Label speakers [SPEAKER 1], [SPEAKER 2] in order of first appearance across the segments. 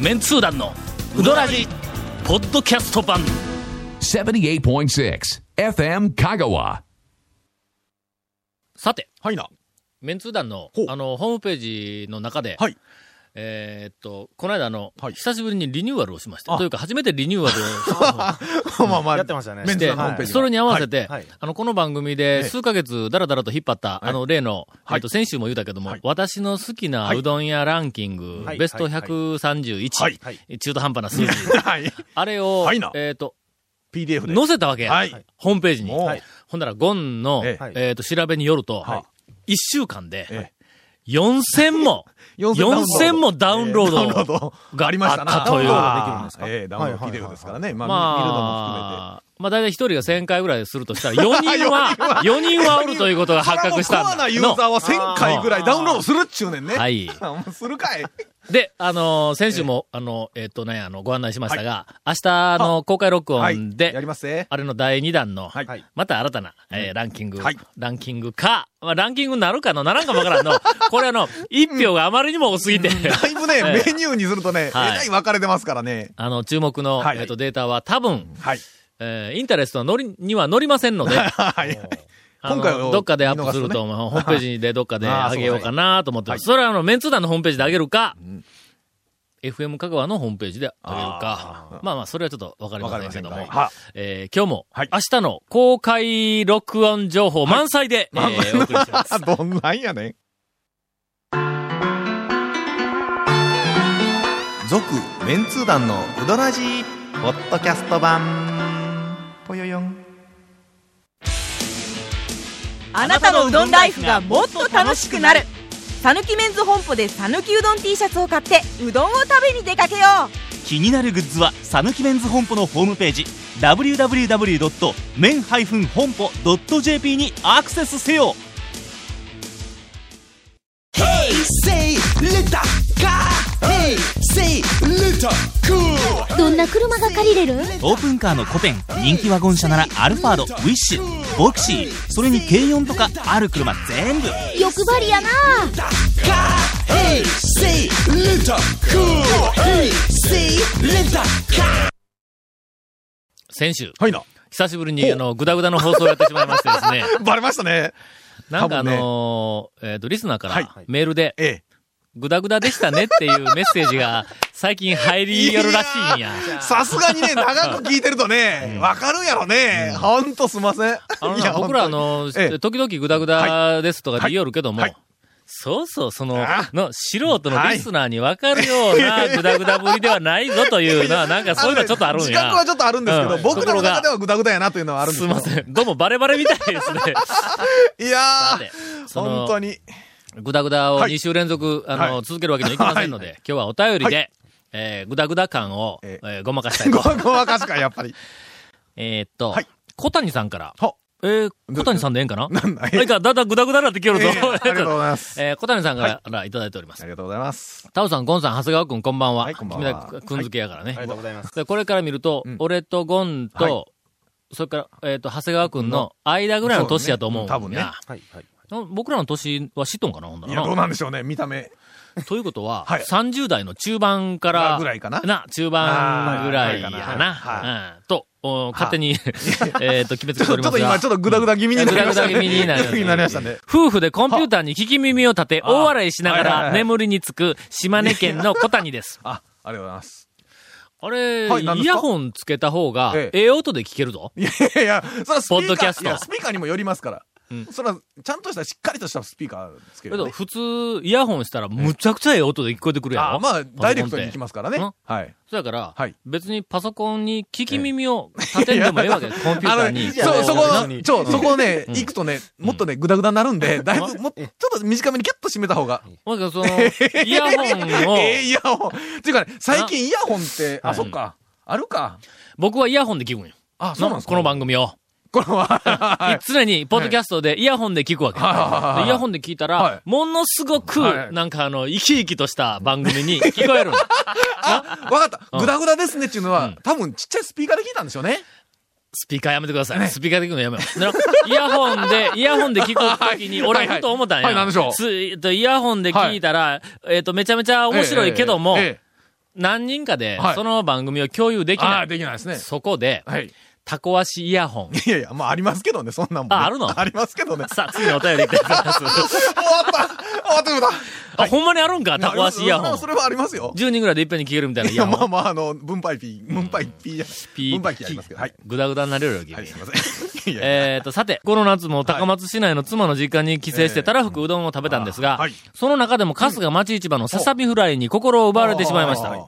[SPEAKER 1] メンツー団のウドラジポッドキャスト版
[SPEAKER 2] 78.6 FM Kagawa.
[SPEAKER 1] さて
[SPEAKER 3] は いな。
[SPEAKER 1] メンツー団の
[SPEAKER 3] ほう
[SPEAKER 1] あのホームページの中で、
[SPEAKER 3] はい。
[SPEAKER 1] えーっとこの間あの、
[SPEAKER 3] はい
[SPEAKER 1] 久しぶりにリニューアルをしました
[SPEAKER 3] あ
[SPEAKER 1] というか初めてリニューア ルをした
[SPEAKER 3] まあまあ。
[SPEAKER 4] やってましたね
[SPEAKER 3] メン
[SPEAKER 1] の
[SPEAKER 3] ツ
[SPEAKER 1] で
[SPEAKER 3] のホームページは。
[SPEAKER 1] それに合わせて、
[SPEAKER 4] はいはい
[SPEAKER 1] あのこの番組
[SPEAKER 3] え
[SPEAKER 1] で
[SPEAKER 3] え
[SPEAKER 1] 数ヶ月だらだらと引っ張った、あの例の、
[SPEAKER 3] はい
[SPEAKER 1] えっと先週も言うたけども、
[SPEAKER 3] はい
[SPEAKER 1] 私の好きなうどん屋ランキング、
[SPEAKER 4] はい
[SPEAKER 1] ベスト
[SPEAKER 4] はい
[SPEAKER 1] 131、
[SPEAKER 3] はい
[SPEAKER 4] はい
[SPEAKER 1] 中途半端な数字、
[SPEAKER 3] はい。
[SPEAKER 1] あれを、
[SPEAKER 3] はいな
[SPEAKER 1] えーっと
[SPEAKER 3] PDF で。
[SPEAKER 1] 載せたわけや、
[SPEAKER 3] はい
[SPEAKER 1] ホームページに。
[SPEAKER 3] おう
[SPEAKER 4] はい
[SPEAKER 1] ほんなら、ゴンの、え
[SPEAKER 3] え
[SPEAKER 1] っ、
[SPEAKER 4] え
[SPEAKER 1] と、調べによると、
[SPEAKER 3] は
[SPEAKER 1] 1週間で
[SPEAKER 3] え、
[SPEAKER 1] 4000も、4000もダウンロー
[SPEAKER 3] ダウンロー
[SPEAKER 1] ド
[SPEAKER 3] ド
[SPEAKER 1] が
[SPEAKER 3] がありました
[SPEAKER 1] あ
[SPEAKER 3] な。
[SPEAKER 1] ったという
[SPEAKER 3] あー
[SPEAKER 4] ダウンロードできるんですか
[SPEAKER 3] ええ、ダウンロード PDF ですからね。まあ、
[SPEAKER 1] まあ、まあ、だいたい1人が1000回ぐらいするとしたら、4人 は、4人はおるということが
[SPEAKER 3] 見るのも含
[SPEAKER 1] 発覚
[SPEAKER 3] めて。
[SPEAKER 1] したんだ
[SPEAKER 3] それはもうコアなユーザーは1000回ぐらいダウンロードするっちゅうねんね。
[SPEAKER 1] のは。い。
[SPEAKER 3] もうするかい。
[SPEAKER 1] で、あのー先週も、あの、えっ、とね、あの、ご案内しましたが、明日の公開録
[SPEAKER 3] はい。
[SPEAKER 1] 音で、
[SPEAKER 3] やりますぜ。
[SPEAKER 1] あれの第2弾の、
[SPEAKER 3] はい。
[SPEAKER 4] はい
[SPEAKER 1] また新たな、えーランキング、
[SPEAKER 3] はい
[SPEAKER 1] ランキングか、まあ、ランキングになるかの、ならんかもわからんの、 これあの、一票があまりにも多すぎて、
[SPEAKER 3] だいぶね、
[SPEAKER 1] ええ
[SPEAKER 3] メニューにするとね、え
[SPEAKER 1] はい
[SPEAKER 3] らい分かれてますからね。
[SPEAKER 1] あの、注目の、
[SPEAKER 3] はい
[SPEAKER 1] えっ、と、データは多分、
[SPEAKER 3] はい。
[SPEAKER 1] えーインタレストの乗りには乗りませんので、
[SPEAKER 3] はい。
[SPEAKER 1] あの
[SPEAKER 3] 今回は
[SPEAKER 1] どっかでアップすると、
[SPEAKER 3] 見
[SPEAKER 1] まあホームページでどっかで
[SPEAKER 3] あー
[SPEAKER 1] 上げようかなと思ってます。それはあの、メンツー団のホームページで上げるか、FM 香川のホームページで上げるか、まあまあ、それはちょっとわかりませんけども、
[SPEAKER 3] わかりませんかはい
[SPEAKER 1] えー今日も、
[SPEAKER 3] はい
[SPEAKER 1] 明日の公開録音情報満載で、えーお送りし ます。
[SPEAKER 3] どんなんやねん。続、メンツー団のうどらじポッドキャスト版。ぽよよん。
[SPEAKER 5] あなたのうどんライフがもっと楽しくなるさぬきメンズ本舗でさぬきうどん T シャツを買ってうどんを食べに出かけよう
[SPEAKER 6] 気になるグッズはさぬきメンズ本舗のホームページ www.men-honpo.jp にアクセスせよ
[SPEAKER 7] say little car hey say little cool
[SPEAKER 8] どんな車が借りれる
[SPEAKER 6] オープンカーの古典人気ワゴン車ならアルファードウィッシュボクシーそれに軽4とかある車全部
[SPEAKER 8] 欲張りやな
[SPEAKER 7] hey say little cool hey say little
[SPEAKER 1] 先週、
[SPEAKER 3] はいな。
[SPEAKER 1] 久しぶりに、あの、ぐだぐだの放送をやってしまいましてです ね、
[SPEAKER 3] バレましたね。
[SPEAKER 1] なんかあ
[SPEAKER 3] 多分ね
[SPEAKER 1] のーえっ、と、リスナーか
[SPEAKER 3] は
[SPEAKER 1] ら
[SPEAKER 3] い
[SPEAKER 1] メールで、
[SPEAKER 3] え
[SPEAKER 1] ぐだぐだでしたねっていうメッセージが最近入りよるらしいんや。
[SPEAKER 3] え。さすがに ね、長く聞いてるとね、わかるやろね。ほんとすんません。
[SPEAKER 1] あの
[SPEAKER 3] い
[SPEAKER 1] な
[SPEAKER 3] や
[SPEAKER 1] 僕らあ、
[SPEAKER 3] ほん
[SPEAKER 1] の、
[SPEAKER 3] ええ
[SPEAKER 1] 時々ぐだぐだですとかって言いよるけども、
[SPEAKER 3] はいはい
[SPEAKER 1] そうそう、その
[SPEAKER 3] あ、
[SPEAKER 1] の、素人のリスナーに分かるようなぐだぐだぶりではないぞという な、なんかそういうのはちょっとあるん
[SPEAKER 3] のね自
[SPEAKER 1] や
[SPEAKER 3] 覚。はちょっとあるんですけ
[SPEAKER 1] う
[SPEAKER 3] ど、
[SPEAKER 1] ん
[SPEAKER 3] 僕
[SPEAKER 1] と
[SPEAKER 3] らの
[SPEAKER 1] ころが
[SPEAKER 3] 中ではグダグダやなというのはあるんです
[SPEAKER 1] い
[SPEAKER 3] すけど
[SPEAKER 1] ません。どうもバレバレみたいですね。
[SPEAKER 3] いや
[SPEAKER 1] さて
[SPEAKER 3] ー、、
[SPEAKER 1] そ
[SPEAKER 3] 本
[SPEAKER 1] の
[SPEAKER 3] 当、に。
[SPEAKER 1] ぐだぐだを
[SPEAKER 3] はい
[SPEAKER 1] 2週連続、あの、
[SPEAKER 3] はい
[SPEAKER 1] 続けるわけにはいきませんので、今日はお便りで、えー、ぐだぐだ感を、え
[SPEAKER 3] え
[SPEAKER 1] ーごまかしたい
[SPEAKER 3] ご
[SPEAKER 1] と。
[SPEAKER 3] ごまかすか、やっ ぱり。
[SPEAKER 1] えーっと、
[SPEAKER 3] はい
[SPEAKER 1] 小谷さんから、
[SPEAKER 3] は
[SPEAKER 1] えー、小谷さんでええんかな
[SPEAKER 3] なんだ
[SPEAKER 1] あいか、だんだんぐだぐだなって聞こえるぞ。
[SPEAKER 3] ええありがとうございま す
[SPEAKER 1] えー小谷さんからいただいております
[SPEAKER 3] あ。りがとうございます。
[SPEAKER 1] タオさん、ゴンさん、長谷川くん、こんばんは。
[SPEAKER 3] はいこんばんは
[SPEAKER 1] 君たちくんづけやからね。
[SPEAKER 4] ありがとうございます
[SPEAKER 1] でこれから見ると、
[SPEAKER 3] うん
[SPEAKER 1] 俺とゴンと、
[SPEAKER 3] はい
[SPEAKER 1] それから、えっ、と、長谷川くんの間ぐらいの年やと思う。
[SPEAKER 3] そうね多分ね
[SPEAKER 4] はいはい
[SPEAKER 1] 僕らの年は知っとんかな、ほんだ
[SPEAKER 3] いや、
[SPEAKER 1] ら
[SPEAKER 3] どう
[SPEAKER 1] な。
[SPEAKER 3] なんでしょうね、見た目。
[SPEAKER 1] ということは、
[SPEAKER 3] はい
[SPEAKER 1] 30代の中盤から、
[SPEAKER 3] ぐらいかな
[SPEAKER 1] 中盤ぐらいや
[SPEAKER 3] あー
[SPEAKER 1] な。
[SPEAKER 3] ぐらいかなは
[SPEAKER 1] うんと、お勝手に、 えっと、決めつ
[SPEAKER 3] ち
[SPEAKER 1] けて
[SPEAKER 3] ょ
[SPEAKER 1] おり
[SPEAKER 3] ち
[SPEAKER 1] ます
[SPEAKER 3] ょっと
[SPEAKER 1] が
[SPEAKER 3] 今、ちょっとグダグダ気味になりましたね。
[SPEAKER 1] グダグダ気味になりましたね
[SPEAKER 3] なりましたね。
[SPEAKER 1] 夫婦でコンピューターに聞き耳を立て、
[SPEAKER 3] は
[SPEAKER 1] 大笑いしなが
[SPEAKER 3] はいはい
[SPEAKER 1] ら
[SPEAKER 3] はい
[SPEAKER 1] 眠りにつく島根県の小谷です。
[SPEAKER 3] あ、ありがとうございます。
[SPEAKER 1] あれ、
[SPEAKER 3] はい何
[SPEAKER 1] イ
[SPEAKER 3] ですか
[SPEAKER 1] ヤホンつけた方が、え
[SPEAKER 3] え
[SPEAKER 1] え音で聞けるぞ。
[SPEAKER 3] いやいやいや、それはスピ
[SPEAKER 1] ポッ
[SPEAKER 3] ー
[SPEAKER 1] ドキ
[SPEAKER 3] カ
[SPEAKER 1] ャス
[SPEAKER 3] ー、
[SPEAKER 1] ト
[SPEAKER 3] いや、スピーカーにもよりますから。
[SPEAKER 1] うん
[SPEAKER 3] それは、ちゃんとした、しっかりとしたスピーカーですけ
[SPEAKER 1] け
[SPEAKER 3] ど、
[SPEAKER 1] ど、
[SPEAKER 3] ね。
[SPEAKER 1] 普通、イヤホンしたら、むちゃくちゃええ音で聞こえてくるやろ
[SPEAKER 3] あまあ、ダイレクトに行きますからね
[SPEAKER 1] うん。
[SPEAKER 3] はい。
[SPEAKER 1] す。だから、
[SPEAKER 3] はい
[SPEAKER 1] 別にパソコンに聞き耳を立てんでもええわけです。 コンピューターに。
[SPEAKER 3] そう、そこ
[SPEAKER 1] こう
[SPEAKER 3] の、ちょ、そこをね、行くとね、もっとね、グダグダになるんで、だいぶ、もうちょっと短めにキュッと締めた方が。
[SPEAKER 1] なん かその、イヤホンを、
[SPEAKER 3] えーイヤホン。っていうかね、最近イヤホンって、
[SPEAKER 1] は
[SPEAKER 3] あ、
[SPEAKER 1] い
[SPEAKER 3] そっか。あるか。
[SPEAKER 1] 僕はイヤホンで聞くんよ。
[SPEAKER 3] あ、そうなんですか。
[SPEAKER 1] この番組を。
[SPEAKER 3] こ の番組。
[SPEAKER 1] 常に、ポッドキャストでイヤホンで聞くわけ。
[SPEAKER 3] はい
[SPEAKER 1] でイヤホンで聞いたら、
[SPEAKER 3] はい
[SPEAKER 1] ものすごく、
[SPEAKER 3] はい
[SPEAKER 1] なんかあの、生き生きとした番組 に聞こえるの
[SPEAKER 3] あ、わかった。グダグダですねっていうの
[SPEAKER 1] うん
[SPEAKER 3] は、多分ちっちゃいスピーカーで聞いたんでしょうね。
[SPEAKER 1] スピーカーやめてください。スピーカーで聞くのやめよう。なイヤホンで、イヤホンで聞くときに、俺
[SPEAKER 3] はい
[SPEAKER 1] は
[SPEAKER 3] はい
[SPEAKER 1] ふと思ったんや。
[SPEAKER 3] はいなんでしょう
[SPEAKER 1] すえっと、イヤホンで聞いたら、えっと、めちゃめちゃ面白いけども、
[SPEAKER 3] ええええええ
[SPEAKER 1] 何人かで
[SPEAKER 4] は、い
[SPEAKER 1] その番組を共有でき
[SPEAKER 4] あ
[SPEAKER 1] な
[SPEAKER 4] あ、
[SPEAKER 1] い。
[SPEAKER 4] できないですね。
[SPEAKER 1] そこで、
[SPEAKER 4] はい。
[SPEAKER 1] タコ足イヤホン。
[SPEAKER 3] いやいや、まあありますけどね、そんなもんね、
[SPEAKER 1] ああるの
[SPEAKER 3] ありますけどね。
[SPEAKER 1] さあ、次のお便りいただきます。
[SPEAKER 3] 終わった終わってもうた
[SPEAKER 1] あ、ほんまにあるんかタコ足イヤホン。
[SPEAKER 3] それはありますよ。
[SPEAKER 1] 10人ぐらいでいっぺんに聞けるみたいないイ
[SPEAKER 3] や、
[SPEAKER 1] ヤホ
[SPEAKER 3] まあ
[SPEAKER 1] ン。
[SPEAKER 3] まあ、あの、分配 P、分配 P じゃない。
[SPEAKER 1] P
[SPEAKER 3] 分配 P ありますけど。はい。
[SPEAKER 1] ぐだぐだになれるよ、君。
[SPEAKER 3] はい、すいません。いやいや
[SPEAKER 1] えーと、さて、この夏も高松市内の妻の実家に帰省してたらふくうどんを食べたんですが、
[SPEAKER 3] あはい
[SPEAKER 1] その中でも春日町市場のささびフライに心を奪われてしまいました
[SPEAKER 3] あー。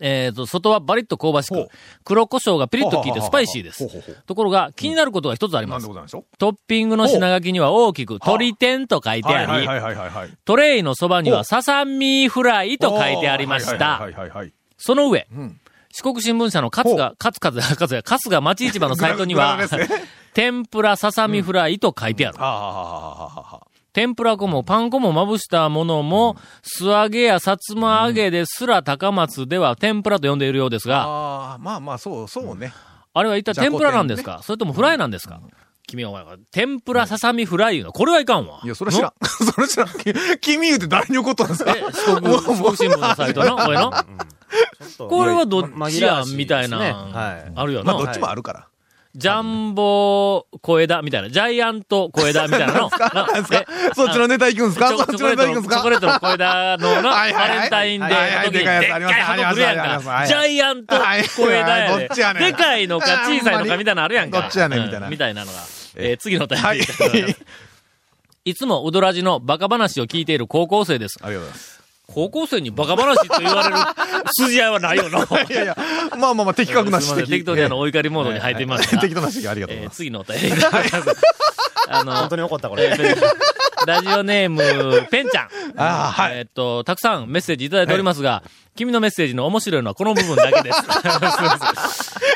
[SPEAKER 1] えーと、外はバリッと香ばし
[SPEAKER 3] ほ
[SPEAKER 1] く
[SPEAKER 3] う、
[SPEAKER 1] 黒胡椒がピリッと効いてスパイシーで
[SPEAKER 3] ほ
[SPEAKER 1] す
[SPEAKER 3] うほうほう。
[SPEAKER 1] ところが、気になることが一つありま
[SPEAKER 3] なんですご。ざいましょう
[SPEAKER 1] トッピングの品書きには大きく、鶏天と書いて
[SPEAKER 3] はい
[SPEAKER 1] あ
[SPEAKER 3] はい
[SPEAKER 1] り、
[SPEAKER 3] はいはいはいはい。
[SPEAKER 1] トレイのそばに
[SPEAKER 3] ほ
[SPEAKER 1] は
[SPEAKER 3] う
[SPEAKER 1] ささみフライと書いてありまし
[SPEAKER 3] は
[SPEAKER 1] た
[SPEAKER 3] い。はいはいはいはい。
[SPEAKER 1] その上、
[SPEAKER 3] ん
[SPEAKER 1] 四国新聞社の勝が、勝勝勝勝勝が町市場のサイトには
[SPEAKER 3] グラグラですね、
[SPEAKER 1] 天ぷらささみフライと書いてある。
[SPEAKER 3] ああ、
[SPEAKER 1] 天ぷら粉もパン粉もまぶしたものも、素揚げやさつま揚げですら高松では天ぷらと呼んでいるようですが、
[SPEAKER 3] ああ、まあまあ、そう、そうね。
[SPEAKER 1] あれは一体
[SPEAKER 3] じゃこ
[SPEAKER 1] 天ぷらなんですかそれともフライなんですか君はお前は、天ぷらささみフライいうのこれはいかんわ。
[SPEAKER 3] いや、それ知らん。 それ知らん。君言うて誰に怒ったんですか
[SPEAKER 1] え、四 国、四国新聞のサイトの、俺の。これはどっちやんみたいな、あるよ
[SPEAKER 3] ま
[SPEAKER 1] な
[SPEAKER 3] あ、ど。っちもあるから。
[SPEAKER 1] ジャンボ小枝みたいな、ジャイアント小枝みたいなの。なんすか
[SPEAKER 3] そっちのネタ行くんですか
[SPEAKER 1] チョ
[SPEAKER 3] そっ
[SPEAKER 1] チ
[SPEAKER 3] ち
[SPEAKER 1] ョコレート
[SPEAKER 3] のネタ行くん
[SPEAKER 1] の、
[SPEAKER 3] です
[SPEAKER 1] チ
[SPEAKER 3] か
[SPEAKER 1] ョコレートの小枝のな、
[SPEAKER 3] はいはい
[SPEAKER 1] バ
[SPEAKER 3] は
[SPEAKER 1] レン
[SPEAKER 3] い
[SPEAKER 1] タインデー
[SPEAKER 3] はい
[SPEAKER 1] の
[SPEAKER 3] はい
[SPEAKER 1] 時に、
[SPEAKER 3] でかいやつあります
[SPEAKER 1] 箱来るやん
[SPEAKER 3] あり
[SPEAKER 1] か
[SPEAKER 3] ますありますはいはい
[SPEAKER 1] ジャイアント小枝や
[SPEAKER 3] はいはい
[SPEAKER 1] で。
[SPEAKER 3] どっちやね
[SPEAKER 1] で
[SPEAKER 3] ん
[SPEAKER 1] かいのか
[SPEAKER 3] あー
[SPEAKER 1] 小さいのかみたいなのあるやんか。
[SPEAKER 3] どっちやねんみたいな
[SPEAKER 1] うみたいなのが。えー次のタイプ
[SPEAKER 3] はい。
[SPEAKER 1] いただきます。いつも踊らじのバカ話を聞いている高校生です。
[SPEAKER 3] ありがとうございます。
[SPEAKER 1] 高校生にバカ話と言われる筋合いはないよな。
[SPEAKER 3] いやいや、まあまあまあ、的確な
[SPEAKER 1] すいませ
[SPEAKER 3] 指
[SPEAKER 1] ん
[SPEAKER 3] 摘。
[SPEAKER 1] 適当にあの、お怒りモードに入ってみました
[SPEAKER 3] ええ。適当な指摘ありがとうござ
[SPEAKER 1] え
[SPEAKER 3] い
[SPEAKER 1] ー
[SPEAKER 3] ます。
[SPEAKER 1] 次のお便りいた だきます。あの、
[SPEAKER 9] 本当に怒ったこ
[SPEAKER 1] え
[SPEAKER 9] れ。
[SPEAKER 1] ーラジオネーム、ペンちゃん。
[SPEAKER 3] あーはい
[SPEAKER 1] えーっと、たくさんメッセージいただいておりますが、君のメッセージの面白いのはこの部分だけ です。すい ません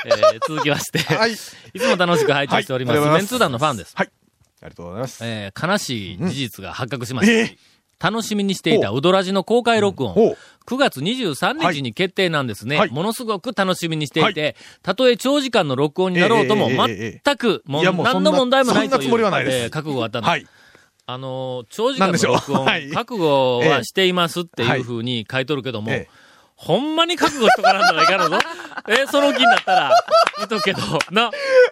[SPEAKER 1] えー続きまして、、
[SPEAKER 3] はいい。
[SPEAKER 1] つも楽しく拝聴しております。
[SPEAKER 3] はいありがとうございます
[SPEAKER 1] メンツー団のファンです。
[SPEAKER 3] はい。ありがとうございます。
[SPEAKER 1] えー悲しい事実が発覚しました。
[SPEAKER 3] ええ
[SPEAKER 1] 楽しみにしていたウドラジの公開録音、
[SPEAKER 3] ほう。
[SPEAKER 1] 9月23日に決定なんですね。
[SPEAKER 3] はい
[SPEAKER 1] ものすごく楽しみにしていて、たとえ長時間の録音になろうとも、
[SPEAKER 3] ええええええ
[SPEAKER 1] 全くもう
[SPEAKER 3] いやもうそ
[SPEAKER 1] 何
[SPEAKER 3] んな
[SPEAKER 1] の問題もないという
[SPEAKER 3] そんなつもりはないです
[SPEAKER 1] えー覚悟があったの
[SPEAKER 3] はい。
[SPEAKER 1] あのー、長時間
[SPEAKER 3] なん
[SPEAKER 1] の
[SPEAKER 3] でしょう
[SPEAKER 1] 録音、
[SPEAKER 3] はい
[SPEAKER 1] 覚悟はしていますって
[SPEAKER 3] え
[SPEAKER 1] い
[SPEAKER 3] え
[SPEAKER 1] うふうに書いとるけども、
[SPEAKER 3] ええ
[SPEAKER 1] ほんまに覚悟しとかなんとかいかんのぞ。 え、その気になったら、言っとくけど、な、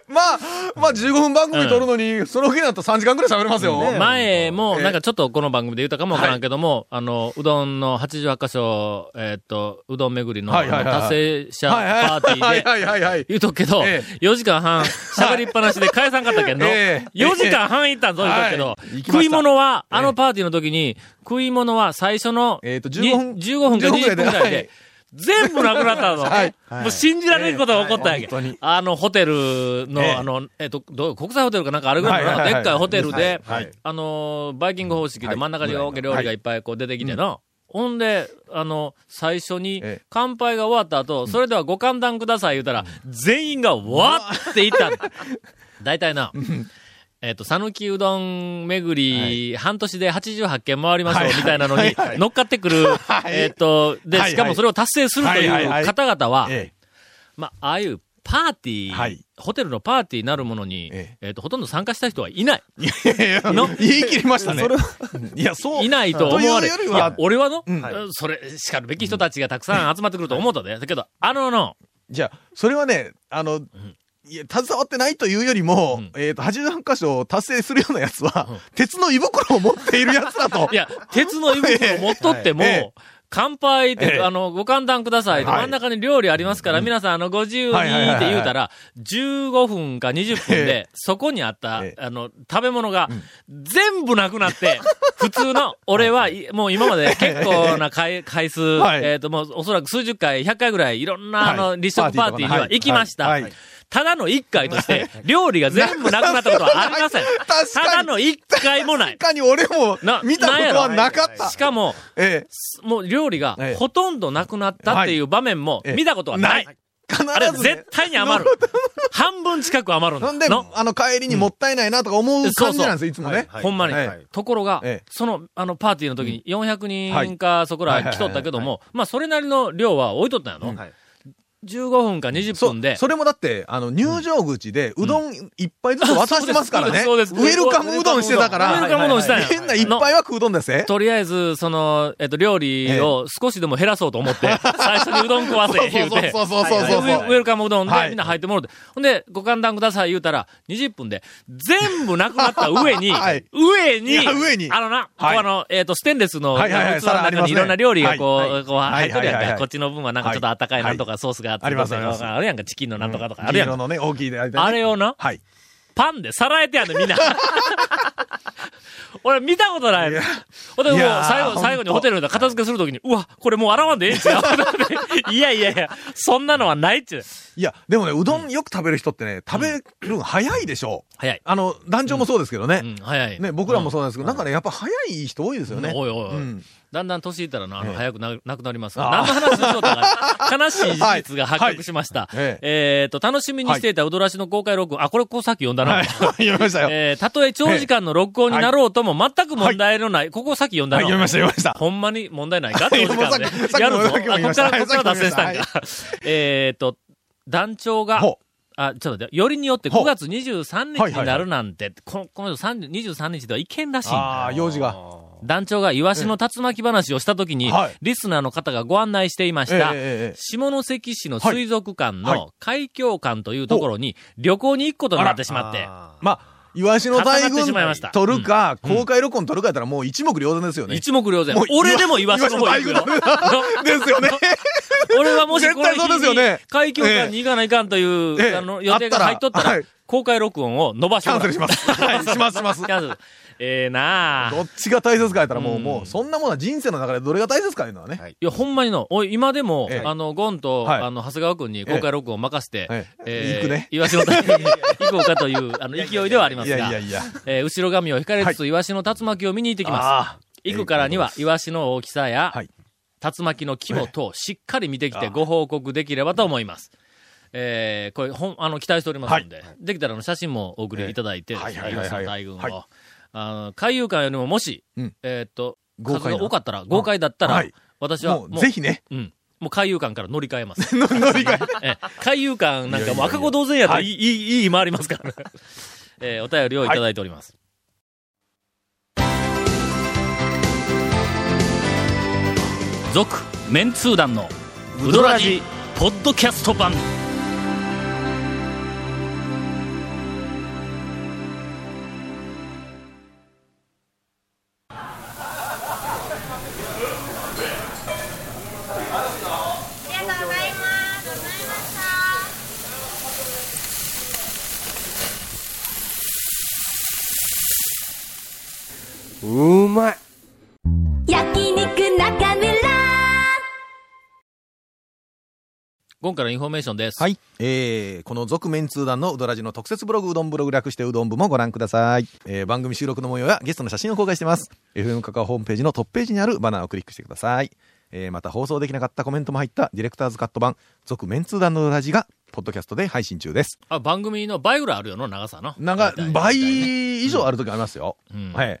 [SPEAKER 3] まあ、まあ、15分番組撮るのに、その日だと3時間くらい喋れますよ。
[SPEAKER 1] 前も、
[SPEAKER 3] ええ
[SPEAKER 1] なんかちょっとこの番組で言ったかもわからんけども、あの、うどんの88箇所、えーっと、うどん巡りの
[SPEAKER 3] はいはいはいはい
[SPEAKER 1] 達成者パ
[SPEAKER 3] はいはい
[SPEAKER 1] ーティーで、
[SPEAKER 3] はいはいはいはい。
[SPEAKER 1] 言うとくけど、
[SPEAKER 3] え
[SPEAKER 1] 4時間半喋りっぱなしで返さんかったけんの。
[SPEAKER 3] ええ
[SPEAKER 1] 4時間半行ったんぞ、言うとくけど、
[SPEAKER 3] はい行きました
[SPEAKER 1] 食い物は、
[SPEAKER 3] ええ
[SPEAKER 1] あのパーティーの時に、食い物は最初の、
[SPEAKER 3] えーと15分
[SPEAKER 1] に15分か20分ぐらい
[SPEAKER 3] はい
[SPEAKER 1] で、全部なくなったぞ。
[SPEAKER 3] はい
[SPEAKER 1] もう信じられることが起こったんやけん、
[SPEAKER 3] はい本当に
[SPEAKER 1] あの、ホテルの、
[SPEAKER 3] ええ
[SPEAKER 1] あの、えっ、と、どう国際ホテルかなんかあるぐらいの、
[SPEAKER 3] はいはいはい
[SPEAKER 1] でっかいホテルで、
[SPEAKER 3] はい
[SPEAKER 1] あのー、バイキング方式
[SPEAKER 3] は
[SPEAKER 1] で
[SPEAKER 3] い
[SPEAKER 1] 真ん中に大きい料理がいっぱいこう出てきての、ほんで、あの、最初に
[SPEAKER 3] ええ、
[SPEAKER 1] 乾杯が終わった後、それではご歓談ください言うたら、全員がわーっていったんだ。大体な、えっ、と、讃岐うどん巡り、半年で88件回りましょうみたいなのに、乗っかってくる、えっと、で、
[SPEAKER 3] はいはい
[SPEAKER 1] しかもそれを達成するとい
[SPEAKER 3] はいはいうはい
[SPEAKER 1] 方々は、
[SPEAKER 3] え
[SPEAKER 1] まあ、ああいうパーティー、
[SPEAKER 3] はい
[SPEAKER 1] ホテルのパーティーなるものに、え
[SPEAKER 3] え
[SPEAKER 1] っ、と、ほとんど参加した人はいない。
[SPEAKER 3] え。
[SPEAKER 1] の
[SPEAKER 3] 言い切りましたね。いや、そう。
[SPEAKER 1] いないと思われ。
[SPEAKER 3] というより
[SPEAKER 1] い
[SPEAKER 3] は
[SPEAKER 1] や、俺はの、
[SPEAKER 3] うん
[SPEAKER 1] うんそれ、しかるべき人たちがたくさん集まってくると思うとね。だけど、あのの、
[SPEAKER 3] じゃあ、それはね、あの、いや、携わってないというよりも、
[SPEAKER 1] うん
[SPEAKER 3] えっ、と、88箇所を達成するようなやつは、鉄の胃袋を持っているやつだ と。
[SPEAKER 1] いや、鉄の胃袋を持っとっても、
[SPEAKER 3] ええ
[SPEAKER 1] 乾杯って、
[SPEAKER 3] ええ
[SPEAKER 1] あの、ご歓談くださいと、
[SPEAKER 3] はい
[SPEAKER 1] 真ん中に料理ありますから、皆さん、あの、ご自由に
[SPEAKER 3] はいはいは
[SPEAKER 1] っ
[SPEAKER 3] いはい
[SPEAKER 1] て言うたら、15分か20分で、そこにあった
[SPEAKER 3] ええ、
[SPEAKER 1] あの、食べ物が、全部なくなって、普通 の、俺は、いもう今まで結構な回回数、
[SPEAKER 3] はい
[SPEAKER 1] えっと、もうおそらく数十回、100回ぐらい、いろんな、あ
[SPEAKER 3] は
[SPEAKER 1] の、
[SPEAKER 3] い
[SPEAKER 1] 立食パーティーには行きました。
[SPEAKER 3] はいはい
[SPEAKER 1] ただの1回と して、料理が全部なくなったことはありません。
[SPEAKER 3] 確か
[SPEAKER 1] た
[SPEAKER 3] に
[SPEAKER 1] だの1回もない
[SPEAKER 3] 確。かに俺も
[SPEAKER 1] な
[SPEAKER 3] 見たことはなかった。
[SPEAKER 1] しかも、
[SPEAKER 3] え
[SPEAKER 1] もう料理が
[SPEAKER 3] ええ
[SPEAKER 1] ほとんどなくなったっていう場面も
[SPEAKER 3] ええ
[SPEAKER 1] 見たことはない。
[SPEAKER 3] な必ず、ね。
[SPEAKER 1] あれは絶対に 余る。半分近く余るんだ
[SPEAKER 3] なんで、
[SPEAKER 1] の
[SPEAKER 3] あの、帰りにもったいないなとか思う感じなんですよ、いつもね。
[SPEAKER 1] ほんまに。
[SPEAKER 3] はいはい
[SPEAKER 1] ところが、
[SPEAKER 3] ええ
[SPEAKER 1] その、あの、パーティーの時に400
[SPEAKER 3] は
[SPEAKER 1] 人
[SPEAKER 3] い
[SPEAKER 1] かそこら来とったけども、まあ、それなりの量は置いとったんやろ、
[SPEAKER 9] はい
[SPEAKER 1] 15分か20分で
[SPEAKER 3] そ、それもだって、あの、入場口で、うどんいっぱいずつ渡してますからね。
[SPEAKER 1] そうですそう
[SPEAKER 3] ウ
[SPEAKER 1] です
[SPEAKER 3] ェルカムうどんしてたから。
[SPEAKER 1] ウェルカムうどんしたんや
[SPEAKER 3] 変ないっぱいは食うどんですね。
[SPEAKER 1] とりあえず、その、えっと、料理を少しでも減らそうと思 って、最初にうどん食わせ、言うて。
[SPEAKER 3] そうそうそうそうそうそう
[SPEAKER 1] ウェウェルカムうどんで
[SPEAKER 3] はい
[SPEAKER 1] みんな入ってもろて、ほんで、ご勘談ください言うたら、20分で、全部なくなった上に、
[SPEAKER 3] はい
[SPEAKER 1] 上に
[SPEAKER 3] いや上に
[SPEAKER 1] あのな、
[SPEAKER 3] はい
[SPEAKER 1] こうあの、えっ、と、ステンレスの、
[SPEAKER 3] はいはいはい
[SPEAKER 1] 器の
[SPEAKER 3] 皿あり
[SPEAKER 1] 中
[SPEAKER 3] ます
[SPEAKER 1] に
[SPEAKER 3] ね
[SPEAKER 1] いろんな料理がこう、
[SPEAKER 3] はいはい
[SPEAKER 1] こう入ってるやんか、
[SPEAKER 3] はいはいはい
[SPEAKER 1] こっちの分はなんかちょっとあったかいなんとか、ソースがあって、
[SPEAKER 3] あります
[SPEAKER 1] どうせ
[SPEAKER 3] あります
[SPEAKER 1] あるやんか、チキンのなんとかとか、ある
[SPEAKER 3] 黄
[SPEAKER 1] やん
[SPEAKER 3] 色
[SPEAKER 1] か。
[SPEAKER 3] のね、大きいで。
[SPEAKER 1] あれをな、
[SPEAKER 3] はい。
[SPEAKER 1] パンでさらえてやんね、みんな。 俺見たことない
[SPEAKER 3] いや。
[SPEAKER 1] ほんで、もう
[SPEAKER 3] いやー
[SPEAKER 1] 最後、
[SPEAKER 3] ほんと
[SPEAKER 1] 最後にホテルで片付けするときに、うわ、これもう洗 わんでええんちゃういやいやいや、そんなのはないっちゅう。
[SPEAKER 3] いや、でもね、うどんよく食べる人ってね、食べるの早いでしょ。
[SPEAKER 1] 早い。
[SPEAKER 3] あの、団長もそうですけど ね。
[SPEAKER 1] うん、早い。
[SPEAKER 3] ね、僕らもそうなんですけど、なんかね、やっぱ早い人多いですよね。
[SPEAKER 1] おいおいおい
[SPEAKER 3] うん
[SPEAKER 1] だんだん年いったらな、あの、
[SPEAKER 3] ええ
[SPEAKER 1] 早くななくなりますから。
[SPEAKER 3] あ
[SPEAKER 1] 何
[SPEAKER 3] あ
[SPEAKER 1] の話でしょうか悲しい事実が発覚しました。
[SPEAKER 3] いえ
[SPEAKER 1] えっと、楽しみにしていた踊らしの公開録音、あ、これこうさっき読んだな。
[SPEAKER 3] はい、読みましたよ。
[SPEAKER 1] えーたとえ長時間の録音になろうとも全く問題のない、ここさっき読んだ
[SPEAKER 3] はい、
[SPEAKER 1] な。
[SPEAKER 3] 読みました、読みました。
[SPEAKER 1] ほんまに問題ないかってお時間で
[SPEAKER 3] いやもうさっきさっき
[SPEAKER 1] やるぞ。あ
[SPEAKER 3] さっ
[SPEAKER 1] こ
[SPEAKER 3] きも言い
[SPEAKER 1] っ
[SPEAKER 3] まし
[SPEAKER 1] か
[SPEAKER 3] た
[SPEAKER 1] ら、こっから脱線したん
[SPEAKER 3] はい
[SPEAKER 1] か。えーっと、団長が、
[SPEAKER 3] ほう
[SPEAKER 1] あ、ちょっと待って、よりによって
[SPEAKER 3] ほう
[SPEAKER 1] 5月23
[SPEAKER 3] はい
[SPEAKER 1] 日
[SPEAKER 3] はい
[SPEAKER 1] になるなんて、ここの人30 23日ではいけんらしいんだ
[SPEAKER 3] ああ、用事が。
[SPEAKER 1] 団長がイワシの竜巻話をしたときに、
[SPEAKER 3] はい
[SPEAKER 1] リスナーの方がご案内していまし
[SPEAKER 3] ええ
[SPEAKER 1] た、
[SPEAKER 3] ええええ
[SPEAKER 1] 下関市の水族館
[SPEAKER 3] はいは
[SPEAKER 1] の海峡館というところに旅行に行くことになってしまって、
[SPEAKER 3] まあ、イワシの
[SPEAKER 1] 重
[SPEAKER 3] 大
[SPEAKER 1] なって
[SPEAKER 3] 群
[SPEAKER 1] しまいました
[SPEAKER 3] 取るか、公開録音取るかやったらもう一目瞭然ですよね。
[SPEAKER 1] 一目瞭然
[SPEAKER 3] もう。
[SPEAKER 1] 俺でもイワシの方行く
[SPEAKER 3] イワ
[SPEAKER 1] よ
[SPEAKER 3] シ。のですよね。
[SPEAKER 1] 俺はもしこの
[SPEAKER 3] 絶対そうです
[SPEAKER 1] 日
[SPEAKER 3] よ
[SPEAKER 1] に
[SPEAKER 3] ね
[SPEAKER 1] 海峡館に行かないかんという、
[SPEAKER 3] ええ
[SPEAKER 1] あの予定が入っとったら、
[SPEAKER 3] あったらはい
[SPEAKER 1] 公開録音を伸ばし。
[SPEAKER 3] キャンセルしますす。はい、します、します
[SPEAKER 1] キ。ャンセル。ええなあ
[SPEAKER 3] どっちが大切かやったらもう、
[SPEAKER 1] うん
[SPEAKER 3] もう、そんなものは人生の中でどれが大切かいうのはね。
[SPEAKER 1] いや、ほんまにの、おい、今でも、
[SPEAKER 3] ええ
[SPEAKER 1] あの、ゴンと、
[SPEAKER 3] はい
[SPEAKER 1] あの、長谷川くんに公開録音を任せて、
[SPEAKER 3] ええ
[SPEAKER 1] ええ
[SPEAKER 3] 行く ね
[SPEAKER 1] イワシの滝に行こうかという、あの、勢いではありま
[SPEAKER 3] い
[SPEAKER 1] すが、
[SPEAKER 3] やいやいや。
[SPEAKER 1] ええ後ろ髪を引かれつつ、イワシの竜巻を見に行ってきます。
[SPEAKER 3] ああ。
[SPEAKER 1] 行くからには、イワシの大きさや、
[SPEAKER 3] はい
[SPEAKER 1] 竜巻の規模等、しっかり見てきてご報告できればと思います。えー、これ、ほん、あの、期待しておりますんで、できたらあの写真もお送りいただいてですね、
[SPEAKER 3] ええはい
[SPEAKER 1] イ
[SPEAKER 3] は
[SPEAKER 1] ワ
[SPEAKER 3] い
[SPEAKER 1] シ
[SPEAKER 3] は
[SPEAKER 1] の
[SPEAKER 3] いは
[SPEAKER 1] 大
[SPEAKER 3] い
[SPEAKER 1] 群を。
[SPEAKER 3] はい
[SPEAKER 1] あの、海遊館よりももし、
[SPEAKER 3] うん
[SPEAKER 1] えーっと、
[SPEAKER 3] 豪
[SPEAKER 1] 数
[SPEAKER 3] 快な
[SPEAKER 1] が多かったら、豪快だったら、
[SPEAKER 3] はい
[SPEAKER 1] 私は
[SPEAKER 3] も
[SPEAKER 1] もう、
[SPEAKER 3] う、ぜ ひね。
[SPEAKER 1] うん。もう海遊館から乗り換えます。
[SPEAKER 3] 乗り換
[SPEAKER 1] え海遊館なんかもう赤子同然やといい、いい、いい回りますから ね。えーお便りをいただいております。続、メンツー団の、ウドラジ、ポッドキャスト版。
[SPEAKER 8] 焼肉中村
[SPEAKER 1] 今からインフォメーションです。
[SPEAKER 3] はい。えー、この続面通談のうどらじの特設ブログ、うどんブログ略してうどん部もご覧ください。えー、番組収録の模様やゲストの写真を公開してます。FM カカオホームページのトップページにあるバナーをクリックしてください。えー、また放送できなかったコメントも入ったディレクターズカット版、続面通談のうどらじが、ポッドキャストで配信中です。
[SPEAKER 1] あ番組の倍ぐらいあるよの、長さの。
[SPEAKER 3] 長
[SPEAKER 1] 大体、ね
[SPEAKER 3] 倍以上あるときありますよ。
[SPEAKER 1] うん
[SPEAKER 3] はい。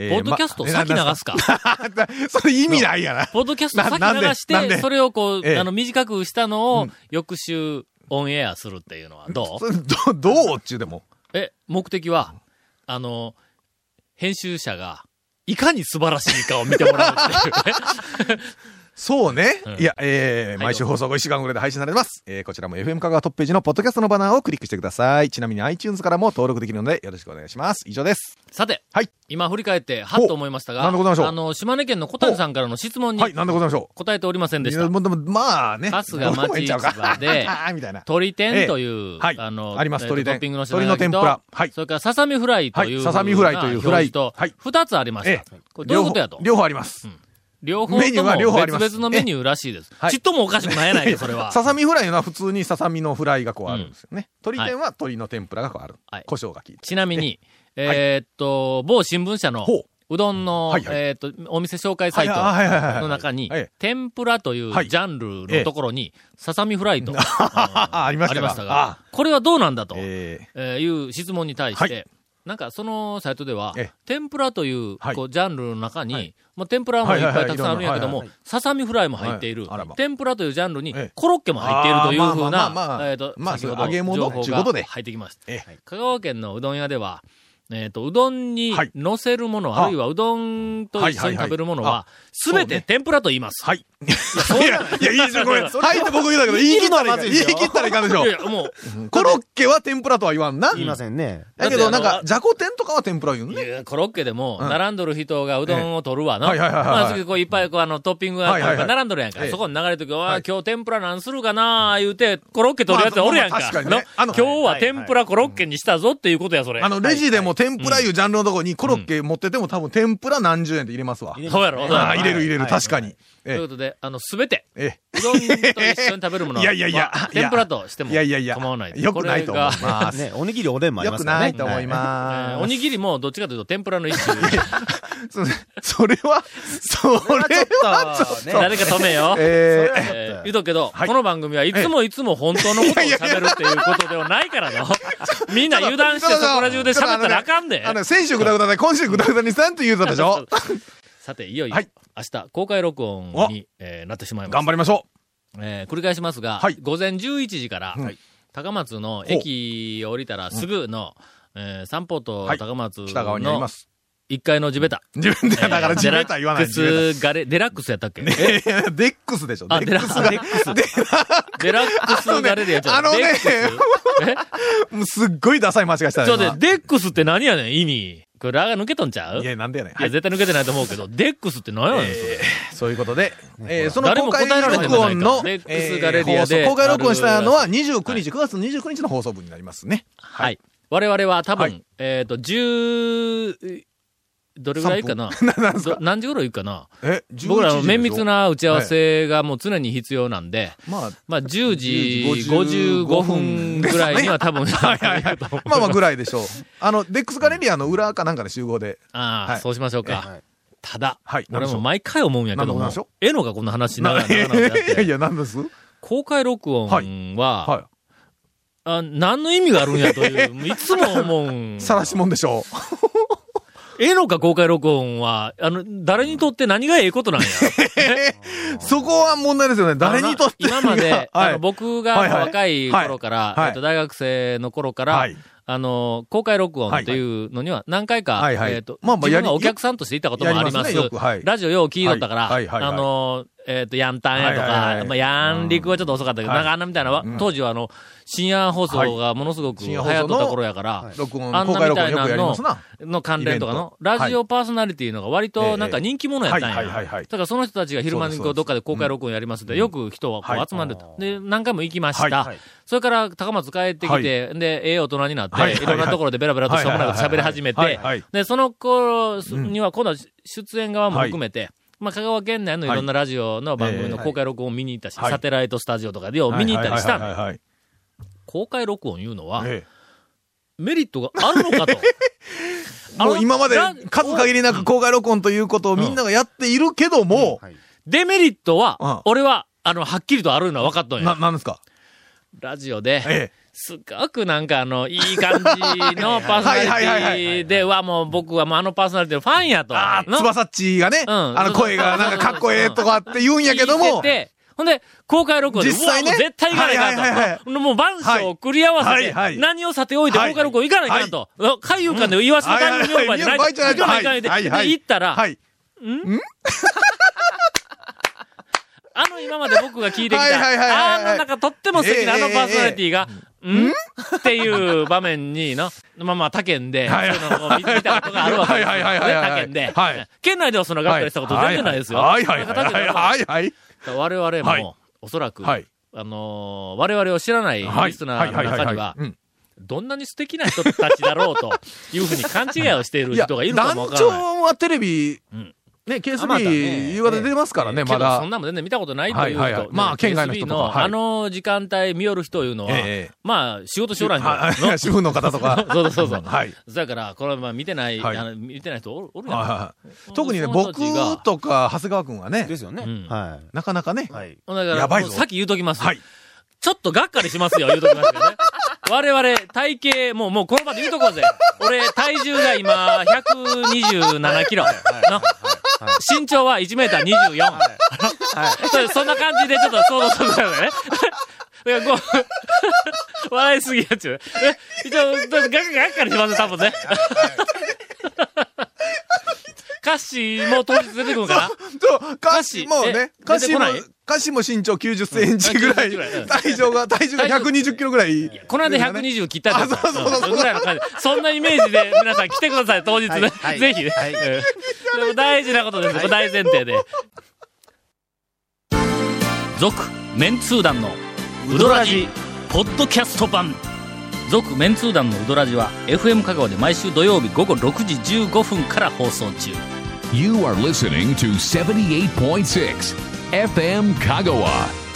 [SPEAKER 3] え
[SPEAKER 1] ポッドキャスト
[SPEAKER 3] ま
[SPEAKER 1] 先流
[SPEAKER 3] えな
[SPEAKER 1] すか。
[SPEAKER 3] なんすか それ意味ないやな。
[SPEAKER 1] ポッドキャスト先
[SPEAKER 3] ななんで
[SPEAKER 1] 流
[SPEAKER 3] なん
[SPEAKER 1] し
[SPEAKER 3] で
[SPEAKER 1] て、それをこう、
[SPEAKER 3] ええ
[SPEAKER 1] あの、短くしたのを、翌週、オンエアするっていうのはど
[SPEAKER 3] そうれど、どうっちゅうでも。
[SPEAKER 1] え、目的は、あの、編集者が、いかに素晴らしいかを見てもらうっていう。
[SPEAKER 3] そうね。
[SPEAKER 1] ん
[SPEAKER 3] いや、えー
[SPEAKER 1] い
[SPEAKER 3] 毎週放送後1時間ぐらいで配信されてます。えーこちらも FM 香川トップページのポッドキャストのバナーをクリックしてください。ちなみに iTunes からも登録できるのでよろしくお願いします。以上です。
[SPEAKER 1] さて、
[SPEAKER 3] はい
[SPEAKER 1] 今振り返って、はっと思いましたが、
[SPEAKER 3] おなんでございましょう
[SPEAKER 1] あの、島根県の小谷さんからの質問に
[SPEAKER 3] はい、なんでございましょ
[SPEAKER 1] 答えておりません
[SPEAKER 3] う。
[SPEAKER 1] で
[SPEAKER 3] い
[SPEAKER 1] し
[SPEAKER 3] や
[SPEAKER 1] た。
[SPEAKER 3] もうでもまあね。
[SPEAKER 1] 春日町市場で
[SPEAKER 3] あー みたいな。
[SPEAKER 1] 鳥天という、
[SPEAKER 3] ええはい
[SPEAKER 1] あの、
[SPEAKER 3] あります
[SPEAKER 1] えっと
[SPEAKER 3] 鳥天
[SPEAKER 1] トッピングの白
[SPEAKER 3] 鳥の天ぷらはい
[SPEAKER 1] それから、ささみフライという、
[SPEAKER 3] はいささみフライというフライ
[SPEAKER 1] 表示と
[SPEAKER 3] はい、
[SPEAKER 1] 二つありました。
[SPEAKER 3] ええ
[SPEAKER 1] これどういうことやと
[SPEAKER 3] 両方両方あります。
[SPEAKER 1] 両方とも
[SPEAKER 3] メニューは両方あります
[SPEAKER 1] 別々のメニューらしいです。
[SPEAKER 3] はい
[SPEAKER 1] ちっともおかしくないやない か、それは。
[SPEAKER 3] ささみフライのは普通にささみのフライがこうあるんですよね。鳥天は鳥の天ぷらがこうある。
[SPEAKER 1] はい
[SPEAKER 3] 胡椒が効いて。
[SPEAKER 1] ちなみに、
[SPEAKER 3] はい
[SPEAKER 1] えーっと、某新聞社の
[SPEAKER 3] ほう、
[SPEAKER 1] うどんの、
[SPEAKER 3] はいはい
[SPEAKER 1] えーっと、お店紹介サイト
[SPEAKER 3] はいはいはいはいはい
[SPEAKER 1] の中に
[SPEAKER 3] ええ、
[SPEAKER 1] 天ぷらという
[SPEAKER 3] はい
[SPEAKER 1] ジャンルのところに、ささみフライと、
[SPEAKER 3] あーありま
[SPEAKER 1] あ
[SPEAKER 3] し
[SPEAKER 1] り
[SPEAKER 3] た
[SPEAKER 1] ま
[SPEAKER 3] か
[SPEAKER 1] した
[SPEAKER 3] あ
[SPEAKER 1] が、これはどうなんだと、
[SPEAKER 3] ーえー
[SPEAKER 1] えーいう質問に対して、なんかそのサイトでは
[SPEAKER 3] ええ、
[SPEAKER 1] 天ぷらという
[SPEAKER 3] はい
[SPEAKER 1] こうジャンルの中に、まあ天ぷらもいっぱいたくさんあるんやけど
[SPEAKER 3] は
[SPEAKER 1] も
[SPEAKER 3] いはい、
[SPEAKER 1] ささみフライも入っている
[SPEAKER 3] はいあらま、
[SPEAKER 1] 天ぷらというジャンルに
[SPEAKER 3] ええ
[SPEAKER 1] コロッケも入っているというふう
[SPEAKER 3] あーまあまあまあま
[SPEAKER 1] な、
[SPEAKER 3] あ
[SPEAKER 1] えっと、
[SPEAKER 3] まあ
[SPEAKER 1] 先ほ
[SPEAKER 3] それ揚げ
[SPEAKER 1] ど
[SPEAKER 3] 物
[SPEAKER 1] 情報
[SPEAKER 3] ちゅうことで
[SPEAKER 1] が入ってきました。
[SPEAKER 3] え
[SPEAKER 1] はい香川県のうどん屋では、えっと、うどんに
[SPEAKER 3] はい
[SPEAKER 1] 乗せるもの、
[SPEAKER 3] あ
[SPEAKER 1] あるいはうどんと一緒に食べるもの
[SPEAKER 3] はいはいは
[SPEAKER 1] は、すべて天ぷらと言います。
[SPEAKER 3] はい。いや、いや、いいですよ、ごめん。はいって僕言うんだけど、言い切ったらいかん。言い切ったらいかんでしょ
[SPEAKER 1] い。やいや、もう、
[SPEAKER 3] コロッケは天ぷらとは言わんな。
[SPEAKER 4] 言いませんね。
[SPEAKER 3] だけど、な
[SPEAKER 1] だ
[SPEAKER 3] ん
[SPEAKER 1] ってあ
[SPEAKER 3] か
[SPEAKER 1] の、
[SPEAKER 3] じゃこ天とかは天ぷら言う
[SPEAKER 1] い
[SPEAKER 3] ね。
[SPEAKER 1] やコロッケでも、
[SPEAKER 3] うん
[SPEAKER 1] 並んどる人がうどんを取るわな。
[SPEAKER 3] ええはいはいはいはい
[SPEAKER 1] まあ、次こういっぱいこうあのトッピングが
[SPEAKER 3] はいはいはい
[SPEAKER 1] 並んどるやんか。
[SPEAKER 3] ええ
[SPEAKER 1] そこに流れるとき、わ
[SPEAKER 3] は
[SPEAKER 1] あ
[SPEAKER 3] い
[SPEAKER 1] 今日天ぷらなんするかなー言うて、コロッケ取るやつおるやんか。
[SPEAKER 3] まあまあまあ確かにね
[SPEAKER 1] の
[SPEAKER 3] あの
[SPEAKER 1] 今日は
[SPEAKER 4] はいはい
[SPEAKER 1] 天ぷらコロッケにしたぞっていうことや、それ。
[SPEAKER 3] あの、レジでも天ぷらいうジャンルのとこにコロッケ持ってても多分天ぷら何十円って入れますわ。
[SPEAKER 1] そうやろ、そうやろ
[SPEAKER 3] ああ、入れる入れる、
[SPEAKER 4] はい
[SPEAKER 3] 確かに。
[SPEAKER 1] という
[SPEAKER 3] え
[SPEAKER 1] ことで、あの、すべて、
[SPEAKER 3] え、え
[SPEAKER 1] うどんと一緒に食べるもの
[SPEAKER 3] いやいやいや
[SPEAKER 1] まあ
[SPEAKER 3] いや
[SPEAKER 1] 天ぷらとしても
[SPEAKER 3] いやいやいや、
[SPEAKER 1] 構わないです。
[SPEAKER 3] よくないと思い
[SPEAKER 1] これが
[SPEAKER 3] ます。
[SPEAKER 4] ね、おにぎりおでんもあり
[SPEAKER 3] よ
[SPEAKER 4] ま
[SPEAKER 3] く
[SPEAKER 4] すからね。
[SPEAKER 3] ないと思い
[SPEAKER 1] えー
[SPEAKER 3] ま
[SPEAKER 1] おにぎりもどっちかというと天ぷらの一種。
[SPEAKER 3] す。それは、それはちょっと、
[SPEAKER 1] 誰か止めよ。
[SPEAKER 3] ええ
[SPEAKER 1] えー言うとくけど、
[SPEAKER 3] はい
[SPEAKER 1] この番組はいつもいつも本当のことを喋るっていうことではないからの。みんな油断してそこら中で喋ったらあかんで。
[SPEAKER 3] あの、先週ぐだぐだで、今週ぐだぐだにしたんって言うたでしょ
[SPEAKER 1] さて、いよいよ、
[SPEAKER 3] はい
[SPEAKER 1] 明日公開録音に、えーなってしまいます。
[SPEAKER 3] 頑張りましょ
[SPEAKER 1] えー繰り返しますが、
[SPEAKER 3] はい
[SPEAKER 1] 午前11時から、
[SPEAKER 3] はい
[SPEAKER 1] 高松の駅を降りたらすぐの、えー三方と高松
[SPEAKER 3] う。北側にありま
[SPEAKER 1] の
[SPEAKER 3] す。
[SPEAKER 1] 1階の地べた。
[SPEAKER 3] 自分で、だから地べた言わない
[SPEAKER 1] デ
[SPEAKER 3] 地べた
[SPEAKER 1] ラックスガレ、デラックスやったっけ
[SPEAKER 3] えーデックスでしょ。
[SPEAKER 1] あ、
[SPEAKER 3] デ
[SPEAKER 1] デラ
[SPEAKER 3] ッ
[SPEAKER 1] ッ
[SPEAKER 3] ク
[SPEAKER 1] ク
[SPEAKER 3] ス
[SPEAKER 1] ス
[SPEAKER 3] が。。
[SPEAKER 1] デラックスガレでやっちゃった。
[SPEAKER 3] あのね
[SPEAKER 1] デックスえ
[SPEAKER 3] もうすっごいダサい間違いした
[SPEAKER 1] ちょ、
[SPEAKER 3] よ
[SPEAKER 1] で
[SPEAKER 3] 今、
[SPEAKER 1] デックスって何やねん、意味。これ、ラが抜けとんちゃう
[SPEAKER 3] い
[SPEAKER 1] いや、
[SPEAKER 3] や、なんでやねん。はい
[SPEAKER 1] 絶対抜けてないと思うけど、デックスって何やねん、それ。
[SPEAKER 3] そういうことで、えーその
[SPEAKER 1] 誰
[SPEAKER 3] 公
[SPEAKER 1] も
[SPEAKER 3] 開
[SPEAKER 1] 答えられてない
[SPEAKER 3] 録音の、
[SPEAKER 1] レックス
[SPEAKER 3] えー
[SPEAKER 1] ガレリアで
[SPEAKER 3] 放送公開録音したの
[SPEAKER 1] あ
[SPEAKER 3] は
[SPEAKER 1] る
[SPEAKER 3] 29日、9月29日の放送分になりますね。
[SPEAKER 1] はい。我々は多分、
[SPEAKER 3] はい
[SPEAKER 1] えっ、と、10、どれぐらいかなど何時頃行くかな
[SPEAKER 3] え、11時
[SPEAKER 1] 僕らの綿密
[SPEAKER 3] で
[SPEAKER 1] な打ち合わせがもう常に必要なんで、
[SPEAKER 3] しょ。まあ、
[SPEAKER 1] まあ10時
[SPEAKER 3] 10
[SPEAKER 1] 55分ぐらいには 多分、行くと思う
[SPEAKER 3] まあまあぐらいでしょう。あの、デックスガレリアの裏かなんかで集合で。
[SPEAKER 1] ああ、
[SPEAKER 3] はい
[SPEAKER 1] そうしましょうか。
[SPEAKER 4] はい
[SPEAKER 1] ただ、
[SPEAKER 3] はい
[SPEAKER 1] 俺も毎回思うんやけど
[SPEAKER 3] なんでもな
[SPEAKER 1] も
[SPEAKER 3] んでしょ、
[SPEAKER 1] えのがこんな話しながら
[SPEAKER 3] いや
[SPEAKER 1] 長々とやっ
[SPEAKER 3] いやい
[SPEAKER 1] て、
[SPEAKER 3] や、なんです
[SPEAKER 1] 公開録音は、
[SPEAKER 3] は
[SPEAKER 1] あ何の意味があるんやという、 いつも思うん。
[SPEAKER 3] い。さらしもんでしょう。
[SPEAKER 1] ええのか公開録音は、あの、誰にとって何がええことなんや。
[SPEAKER 3] そこは問題ですよね。 誰にとって
[SPEAKER 1] あの今まで、
[SPEAKER 3] はい
[SPEAKER 1] あの、僕が
[SPEAKER 3] はいはい
[SPEAKER 1] 若い頃から、
[SPEAKER 3] はい
[SPEAKER 1] えっと、大学生の頃から、
[SPEAKER 3] はい
[SPEAKER 1] あの、公開録音というのには何回か、
[SPEAKER 3] はいはい
[SPEAKER 1] えっと、
[SPEAKER 3] まあまあ
[SPEAKER 1] 自分
[SPEAKER 3] や
[SPEAKER 1] が
[SPEAKER 3] り
[SPEAKER 1] お客さんとして行ったこともあります。
[SPEAKER 3] やりますねよくはい
[SPEAKER 1] ラジオよう聞いとったから、
[SPEAKER 3] はいはいはいは
[SPEAKER 1] あ
[SPEAKER 3] い
[SPEAKER 1] の、えっ、と、ヤンタンやとか、
[SPEAKER 3] はいはいはい
[SPEAKER 1] まあ、ヤンリクはちょっと遅かったけど、
[SPEAKER 3] はい
[SPEAKER 1] なんかあんなみたいなわ、当時はあの、深夜放送がものすごく
[SPEAKER 3] はい
[SPEAKER 1] 流
[SPEAKER 3] 深
[SPEAKER 1] 行
[SPEAKER 3] 夜
[SPEAKER 1] っ
[SPEAKER 3] 放送の
[SPEAKER 1] とった頃やから、
[SPEAKER 3] 録音、
[SPEAKER 1] あん
[SPEAKER 3] 公
[SPEAKER 1] な
[SPEAKER 3] 開
[SPEAKER 1] み
[SPEAKER 3] 録
[SPEAKER 1] たい
[SPEAKER 3] 音よく
[SPEAKER 1] な
[SPEAKER 3] やりま
[SPEAKER 1] の
[SPEAKER 3] すな。、
[SPEAKER 1] の関連とかの、ラジオパーソナリティのが割となんか人気者やったん
[SPEAKER 3] ええええはいはいはいは
[SPEAKER 1] や。
[SPEAKER 3] い
[SPEAKER 1] だからその人たちが昼間に
[SPEAKER 3] そうです
[SPEAKER 1] こうどっかで公開録音やりますって、よく人はこ
[SPEAKER 3] は
[SPEAKER 1] う
[SPEAKER 3] い
[SPEAKER 1] 集まると。で、何回も行きまし
[SPEAKER 3] はい
[SPEAKER 1] た
[SPEAKER 3] は。
[SPEAKER 1] それから高松帰ってきて、で、ええ大人になっ
[SPEAKER 3] はい
[SPEAKER 1] て、
[SPEAKER 3] はい
[SPEAKER 1] いろんなところでベラベラとしょうもないこと喋り始め
[SPEAKER 3] は
[SPEAKER 1] て
[SPEAKER 3] いはいはいはい、
[SPEAKER 1] で、その頃には今度は出演側も含めて、まあ、香川県内のいろんなラジオの番組の公開録音を見に行ったし、
[SPEAKER 3] はい
[SPEAKER 1] サテライトスタジオとかでよう見に行ったりしたん
[SPEAKER 3] はい
[SPEAKER 1] だ
[SPEAKER 3] はいはい
[SPEAKER 1] 公開録音いうの
[SPEAKER 3] はい
[SPEAKER 1] は
[SPEAKER 3] は、い。
[SPEAKER 1] メリットがあるのかと。あ
[SPEAKER 3] も
[SPEAKER 1] の
[SPEAKER 3] う今まで
[SPEAKER 1] ラ
[SPEAKER 3] 数限りなく公開録音ということをみんながやっているけども、
[SPEAKER 4] はい。
[SPEAKER 1] デメリットは、
[SPEAKER 3] うん
[SPEAKER 1] 俺は、あの、はっきりとあるのは分かっとん
[SPEAKER 3] な、
[SPEAKER 1] や。
[SPEAKER 3] なんですか
[SPEAKER 1] ラジオで、
[SPEAKER 3] え
[SPEAKER 1] すごくなんかあの、いい感じ のパーソナリ
[SPEAKER 3] はい
[SPEAKER 1] テ
[SPEAKER 3] はいはいは
[SPEAKER 1] ィではもう僕はもうあのパーソナリティのファンやと。
[SPEAKER 3] え。ああ、
[SPEAKER 1] の
[SPEAKER 3] 翼っちがね、
[SPEAKER 1] うん
[SPEAKER 3] あの声がなんかかっこええとかって言うんやけど
[SPEAKER 1] 聞いて
[SPEAKER 3] も、
[SPEAKER 1] てほんで、公開録音で、
[SPEAKER 3] 実際
[SPEAKER 1] う
[SPEAKER 3] ね
[SPEAKER 1] わもう絶対行かないかんと。
[SPEAKER 3] はいはいはい
[SPEAKER 1] もう番章を繰り合わせて、
[SPEAKER 3] はいはいはい
[SPEAKER 1] 何をさておいて公開録音行かないかんと。うわ海遊館で言わせた番組の
[SPEAKER 3] はい
[SPEAKER 1] 場合
[SPEAKER 3] はい
[SPEAKER 1] じ
[SPEAKER 3] は
[SPEAKER 1] ゃな
[SPEAKER 3] い
[SPEAKER 1] いと。
[SPEAKER 3] 見る場合じゃない
[SPEAKER 1] 行か
[SPEAKER 3] と
[SPEAKER 1] な
[SPEAKER 3] はいはいはい
[SPEAKER 1] いで行ったら、
[SPEAKER 3] はい。
[SPEAKER 1] あの今まで僕が聞いてきた、
[SPEAKER 3] はいはいはいはい
[SPEAKER 1] あのなんかとっても素敵なあのパーソナリティが、んっていう場面にの、まあまあ他県で、そう
[SPEAKER 3] はいいう
[SPEAKER 1] のを見見たことがあるわけですよ。
[SPEAKER 3] はいはいはい
[SPEAKER 1] ね
[SPEAKER 3] はいは
[SPEAKER 1] 他
[SPEAKER 3] い
[SPEAKER 1] 県で、
[SPEAKER 3] はい
[SPEAKER 1] 県内ではそのがっかりしたこと全然ないですよ。
[SPEAKER 3] はいはいはい
[SPEAKER 1] 他
[SPEAKER 3] は
[SPEAKER 1] 県
[SPEAKER 3] い
[SPEAKER 1] では
[SPEAKER 3] はいはい。
[SPEAKER 1] 我々も、
[SPEAKER 3] はい
[SPEAKER 1] おそらく、
[SPEAKER 3] はい
[SPEAKER 1] あのー我々を知らないリ
[SPEAKER 3] はい。
[SPEAKER 1] スナーの中には、
[SPEAKER 3] うん
[SPEAKER 1] どんなに素敵な人たちだろうというふうに勘違いをしている
[SPEAKER 3] いや、
[SPEAKER 1] 人がいるかもわ
[SPEAKER 3] 団
[SPEAKER 1] から
[SPEAKER 3] 長
[SPEAKER 1] ない。
[SPEAKER 3] はテレビ
[SPEAKER 1] うん、
[SPEAKER 3] ね、ケース
[SPEAKER 4] あまたね
[SPEAKER 3] B、夕方出てますからね、
[SPEAKER 1] け
[SPEAKER 3] ま
[SPEAKER 1] ど、そん
[SPEAKER 3] だ。
[SPEAKER 1] なもん全然見たことないという人。
[SPEAKER 3] はいはいはいまあ県外の人とか
[SPEAKER 1] SB
[SPEAKER 3] はい
[SPEAKER 1] あの時間帯見よる人いうのは、
[SPEAKER 3] ええ
[SPEAKER 1] まあ、仕事しよらんか
[SPEAKER 3] は
[SPEAKER 1] ら。
[SPEAKER 3] いはい 主婦の方と か
[SPEAKER 1] そうそうそう。
[SPEAKER 3] はい。
[SPEAKER 1] そやから、これはまあ見てない、
[SPEAKER 3] はい
[SPEAKER 1] あの見てない人おるおるやん。
[SPEAKER 3] はい特にね、
[SPEAKER 1] その人たち
[SPEAKER 3] 僕
[SPEAKER 1] が
[SPEAKER 3] とか、長谷川くんはね
[SPEAKER 4] で、すよね。
[SPEAKER 1] うん
[SPEAKER 4] は
[SPEAKER 3] なかなかね
[SPEAKER 4] い。、はい。
[SPEAKER 1] だから、
[SPEAKER 3] やばいぞ
[SPEAKER 1] もうさっき言うときます。
[SPEAKER 3] はい
[SPEAKER 1] ちょっとがっかりしますよ、言うときますけどね。我々、体型、もう、もうこの場で言うとこうぜ。俺、体重が今、127キロ。の身長は1メーター24。そうそんな感じで、ちょっと想像するからね。 だからこう、 笑いすぎやっちゅう。え、一応、ガクガクガクしますね、多分ね。 歌詞も当日出てくるんかな
[SPEAKER 3] そう、歌詞もね、歌
[SPEAKER 1] 歌詞
[SPEAKER 3] 詞
[SPEAKER 1] え
[SPEAKER 3] も
[SPEAKER 1] 出てこない、
[SPEAKER 3] 歌詞も身長90センチぐらい、
[SPEAKER 1] うん90ぐらいうん
[SPEAKER 3] 体重が、体重が120キロぐらい。
[SPEAKER 1] この間120切ったじゃん。
[SPEAKER 3] あそうそうそうそう
[SPEAKER 1] ぐらいの感じ。そんなイメージ で皆さん来てください、当日ね。ぜひね。うんでも大事なことです、大前提で。続、メンツー団のウドラジ、ポッドキャスト版。続、メンツー団のウドラジは、FM 香川で毎週土曜日午後6時15分から放送中。
[SPEAKER 2] You are listening to 78.6 FM Kagawa.